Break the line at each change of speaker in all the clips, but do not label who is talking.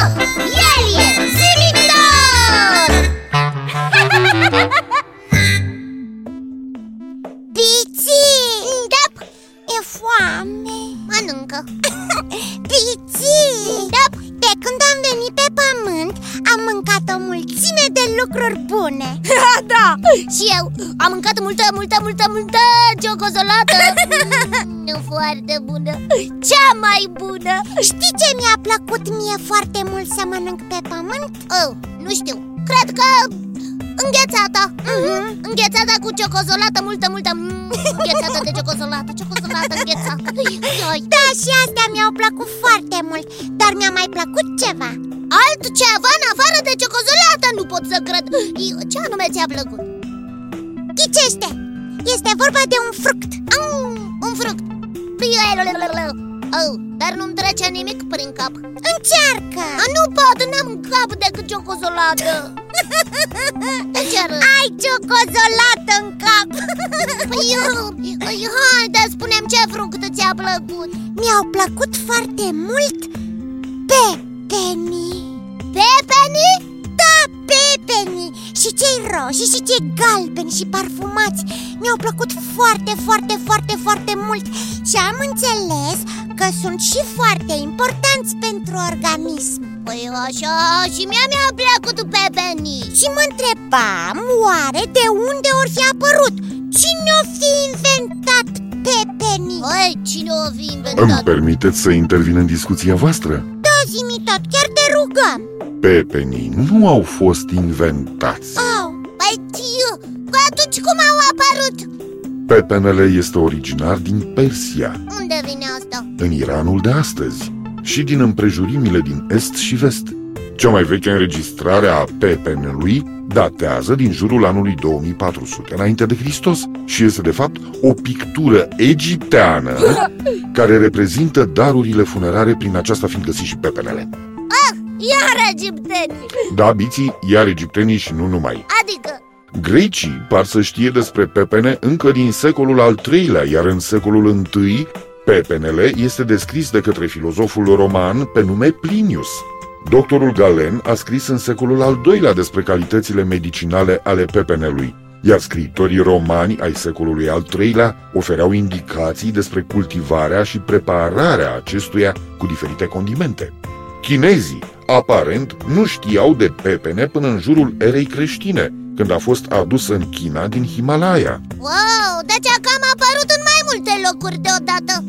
Da, foame Mănâncă Picip, Da, de când am venit pe pământ Am mâncat o mulțime de lucruri bune
Da!
Și eu am mâncat multă, multă, multă, multă ciocozolată Mm, Foarte bună Cea mai bună Știi ce mi-a plăcut mie foarte mult să mănânc pe pământ? Oh, nu știu Cred că înghețata mm-hmm.
Mhm.
Înghețata cu ciocozolată multă, multă Mm, Înghețată de ciocozolată, ciocozolată înghețată Ioi.
Da, și astea mi-au plăcut foarte mult Dar mi-a mai plăcut ceva
Altceva în afară de ciocozolată nu pot să cred I- Ce anume ți-a plăcut?
Ghicește! Este vorba de un fruct
Mm, un fruct oh, Dar nu-mi trece nimic prin cap
Încearcă!
A, Nu pot, n-am în cap decât ciocozolată De ce râzi?
Ai ciocozolată în cap
Păi, eu- păi, Haide, spune ce fruct ți-a plăcut
Mi-au plăcut foarte mult pepeni
Pepeni?
Da, pepeni! Și cei roșii și cei galbeni și parfumați Mi-au plăcut foarte, foarte, foarte, foarte mult Și am înțeles că sunt și foarte importanți pentru organism
Păi așa, și mie mi-a plăcut pepeni
Și mă întrebam, oare de unde or fi apărut? Cine o fi inventat pepenii?
Păi, cine o fi
Îmi
inventat?
permiteți să intervin în discuția voastră?
Da, zimi tot, chiar te rugăm
Pepenii nu au fost inventați.
Au,
Păi, tiu, păi atunci cum au apărut?
Pepenele este originar din Persia,
Unde vine asta?
în Iranul de astăzi, și din împrejurimile din est și vest. Cea mai veche înregistrare a pepenelui datează din jurul anului 2400 înainte de Hristos și este de fapt o pictură egipteană care reprezintă darurile funerare prin aceasta fiind găsit și pepenele.
Iar egiptenii
Da, biții, iar egiptenii și nu numai.
Adică
Grecii par să știe despre pepene încă din secolul al III-lea, iar în secolul I, pepenele este descris de către filozoful roman pe nume Plinius. Doctorul Galen a scris în secolul al II-lea despre calitățile medicinale ale pepenelui, iar scriitorii romani ai secolului al III-lea ofereau indicații despre cultivarea și prepararea acestuia cu diferite condimente. Chinezii, aparent, nu știau de pepene până în jurul erei creștine, când a fost adus în China din Himalaya.
Wow, deci că am apărut în mai multe locuri deodată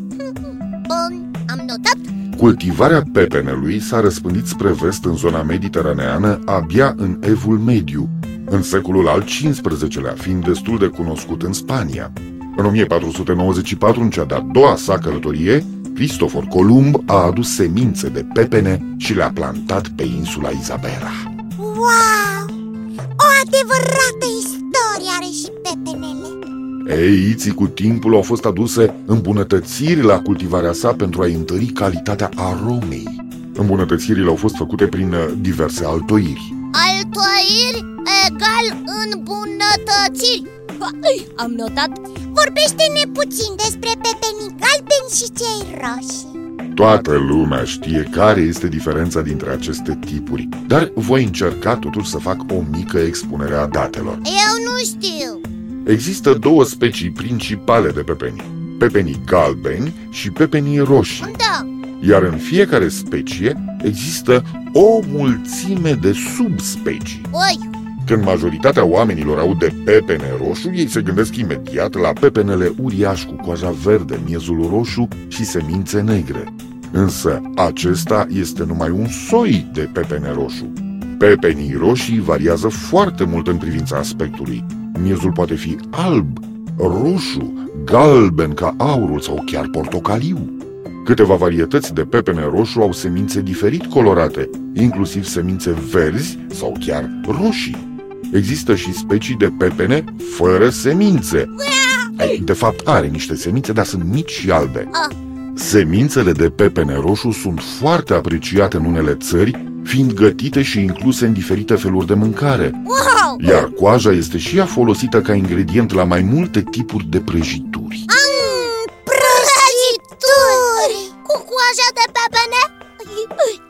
Bun, am notat
Cultivarea pepenelui s-a răspândit spre vest în zona mediteraneană abia în Evul Mediu, în secolul al XV-lea, fiind destul de cunoscut în Spania. În 1494, în cea de-a doua sa călătorie, Cristofor Columb a adus semințe de pepene și le-a plantat pe insula Isabela.
wow! O adevărată istorie are și pepenele
Ei, iții cu timpul au fost aduse îmbunătățiri la cultivarea sa pentru a-i întări calitatea aromei. Îmbunătățirile au fost făcute prin uh, diverse altoiri.
Altoiri egal îmbunătățiri Am notat
Vorbește-ne puțin despre pepenii galbeni și cei roșii
Toată lumea știe care este diferența dintre aceste tipuri, dar voi încerca totuși să fac o mică expunere a datelor.
Eu nu știu
Există două specii principale de pepeni, pepenii galbeni și pepenii roșii.
Da,
iar în fiecare specie există o mulțime de subspecii.
oi,
Când majoritatea oamenilor au de pepene roșu, ei se gândesc imediat la pepenele uriaș cu coaja verde, miezul roșu și semințe negre. Însă acesta este numai un soi de pepene roșu. Pepenii roșii variază foarte mult în privința aspectului. Miezul poate fi alb, roșu, galben ca aurul sau chiar portocaliu. Câteva varietăți de pepene roșu au semințe diferit colorate, inclusiv semințe verzi sau chiar roșii. Există și specii de pepene fără semințe. Ei, De fapt, are niște semințe, dar sunt mici și albe.
Ah.
Semințele de pepene roșu sunt foarte apreciate în unele țări, fiind gătite și incluse în diferite feluri de mâncare,
wow
iar coaja este și ea folosită ca ingredient la mai multe tipuri de prăjituri.
Prăjituri Cu coaja de pepene?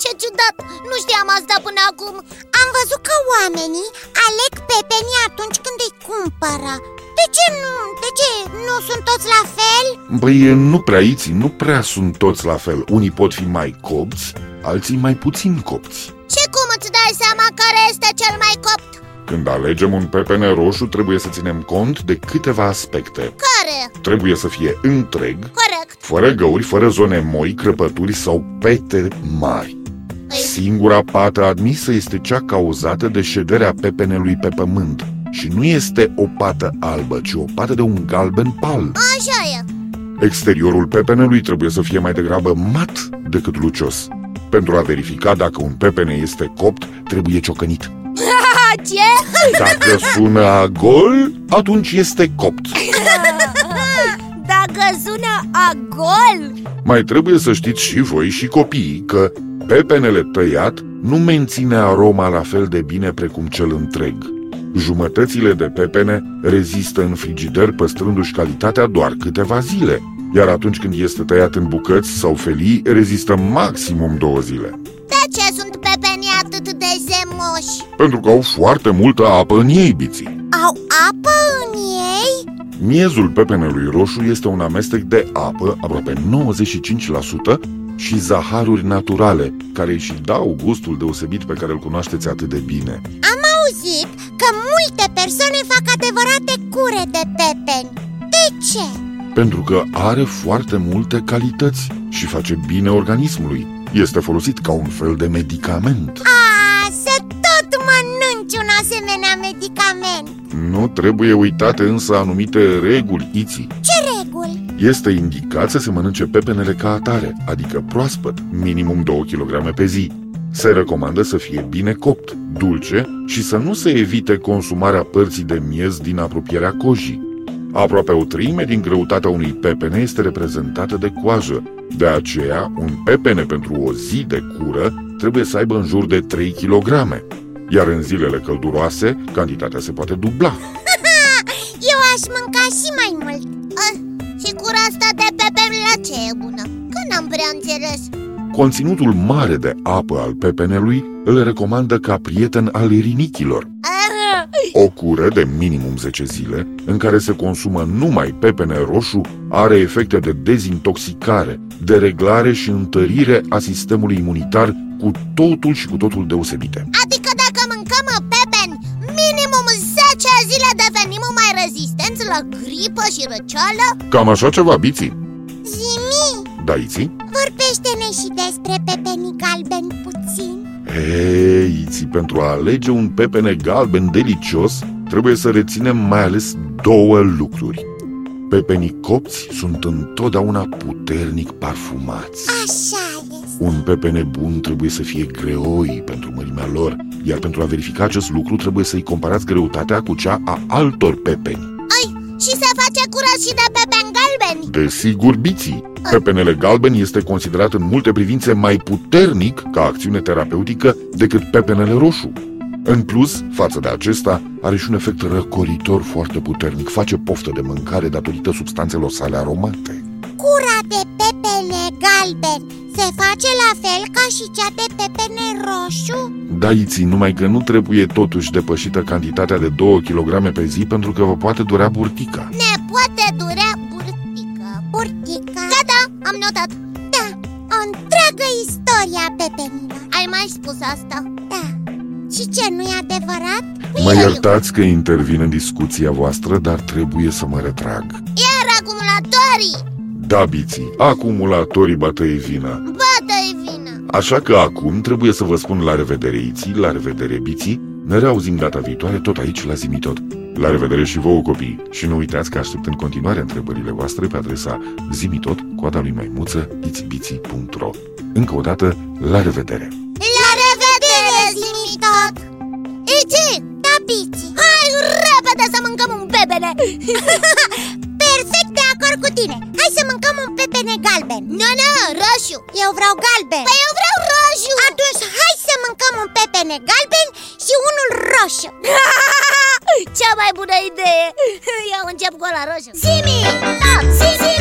Ce ciudat, nu știam asta până acum
Am văzut că oamenii aleg pepenii atunci când îi cumpără De ce nu? De ce? Nu sunt toți la fel?
Băi, nu prea aici, nu prea sunt toți la fel. Unii pot fi mai copți, alții mai puțin copți.
Și cum îți dai seama care este cel mai copt?
Când alegem un pepene roșu, trebuie să ținem cont de câteva aspecte.
Care?
Trebuie să fie întreg,
Corect
fără găuri, fără zone moi, crăpături sau pete mari. Singura pată admisă este cea cauzată de șederea pepenelui pe pământ și nu este o pată albă, ci o pată de un galben pal.
Așa e
Exteriorul pepenelui trebuie să fie mai degrabă mat decât lucios. Pentru a verifica dacă un pepene este copt, trebuie ciocănit.
A, ce?
Dacă sună a gol, atunci este copt.
Dacă sună a gol
Mai trebuie să știți și voi și copiii că pepenele tăiat nu menține aroma la fel de bine precum cel întreg. Jumătățile de pepene rezistă în frigider păstrându-și calitatea doar câteva zile, iar atunci când este tăiat în bucăți sau felii, rezistă maximum două zile,
De ce sunt pepenii atât de zemoși?
pentru că au foarte multă apă în ei, biții.
Au apă în ei?
Miezul pepenelui roșu este un amestec de apă, aproape 95%, și zaharuri naturale, care își dau gustul deosebit pe care îl cunoașteți atât de bine.
Am auzit că multe persoane fac adevărate cure de pepeni De ce?
Pentru că are foarte multe calități și face bine organismului. Este folosit ca un fel de medicament.
A, să tot mănânci un asemenea medicament
Nu trebuie uitate însă anumite reguli iții.
Ce reguli?
Este indicat să se mănânce pepenele ca atare, adică proaspăt, minimum 2 kg pe zi. Se recomandă să fie bine copt, dulce și să nu se evite consumarea părții de miez din apropierea cojii. Aproape o treime din greutatea unui pepene este reprezentată de coajă. De aceea, un pepene pentru o zi de cură trebuie să aibă în jur de 3 kg, iar în zilele călduroase, cantitatea se poate dubla.
Eu aș mânca și mai mult Ah,
A, și cura asta de pepeni la ce e bună? Că n-am prea înțeles
Conținutul mare de apă al pepenelui îl recomandă ca prieten al rinichilor.
Ah,
O cură de minimum 10 zile, în care se consumă numai pepene roșu, are efecte de dezintoxicare, de reglare și întărire a sistemului imunitar cu totul și cu totul deosebite.
Adică dacă mâncăm pepeni minimum 10 zile devenim mai rezistenți la gripă și răceală?
Cam așa ceva, biții. Da,
Zimi,
Daiții?
vorbește-ne și despre pepenii galbeni puțin
Hei, Iții, pentru a alege un pepene galben delicios, trebuie să reținem mai ales două lucruri. Pepenii copți sunt întotdeauna puternic parfumați.
Așa este
Un pepene bun trebuie să fie greoi pentru mărimea lor, iar pentru a verifica acest lucru trebuie să-i comparați greutatea cu cea a altor pepeni.
Ai, și se face curat și de pepeni galbeni
Desigur, biții! Pepenele galben este considerat în multe privințe mai puternic ca acțiune terapeutică decât pepenele roșu. În plus, față de acesta, are și un efect răcoritor foarte puternic, face poftă de mâncare datorită substanțelor sale aromate.
Cura de pepene galben se face la fel ca și cea de pepene roșu?
Da, Iții, numai că nu trebuie totuși depășită cantitatea de 2 kg pe zi pentru că vă poate durea burtica.
Ne poate durea burtică
Burtica
Gata, am notat
Da, o întreagă istoria pepenilor
Ai mai spus asta?
Da, și ce nu-i adevărat?
Mă iertați că intervin în discuția voastră, dar trebuie să mă retrag.
Iar acumulatorii
Da, biții, acumulatorii bătăie vina.
Bată-i vină
Așa că acum trebuie să vă spun la revedere, Iții, la revedere, biții. Ne reauzim data viitoare tot aici la Zimitot. La revedere și vouă, copii! Și nu uitați că aștept în continuare întrebările voastre pe adresa zimitot, coada lui maimuță, itibiții.ro Încă o dată, la revedere!
La revedere, zimitot! Ici! Da, bici! Hai, repede să mâncăm un bebele!
Perfect de acord cu tine Hai să mâncăm un pepene galben
Nu, nu, roșu!
Eu vreau galben
Păi eu vreau roșu!
Atunci hai să mâncăm un pepene galben și unul roșu
Cea mai bună idee! Eu încep cu la roșu! Zimi! Zimi!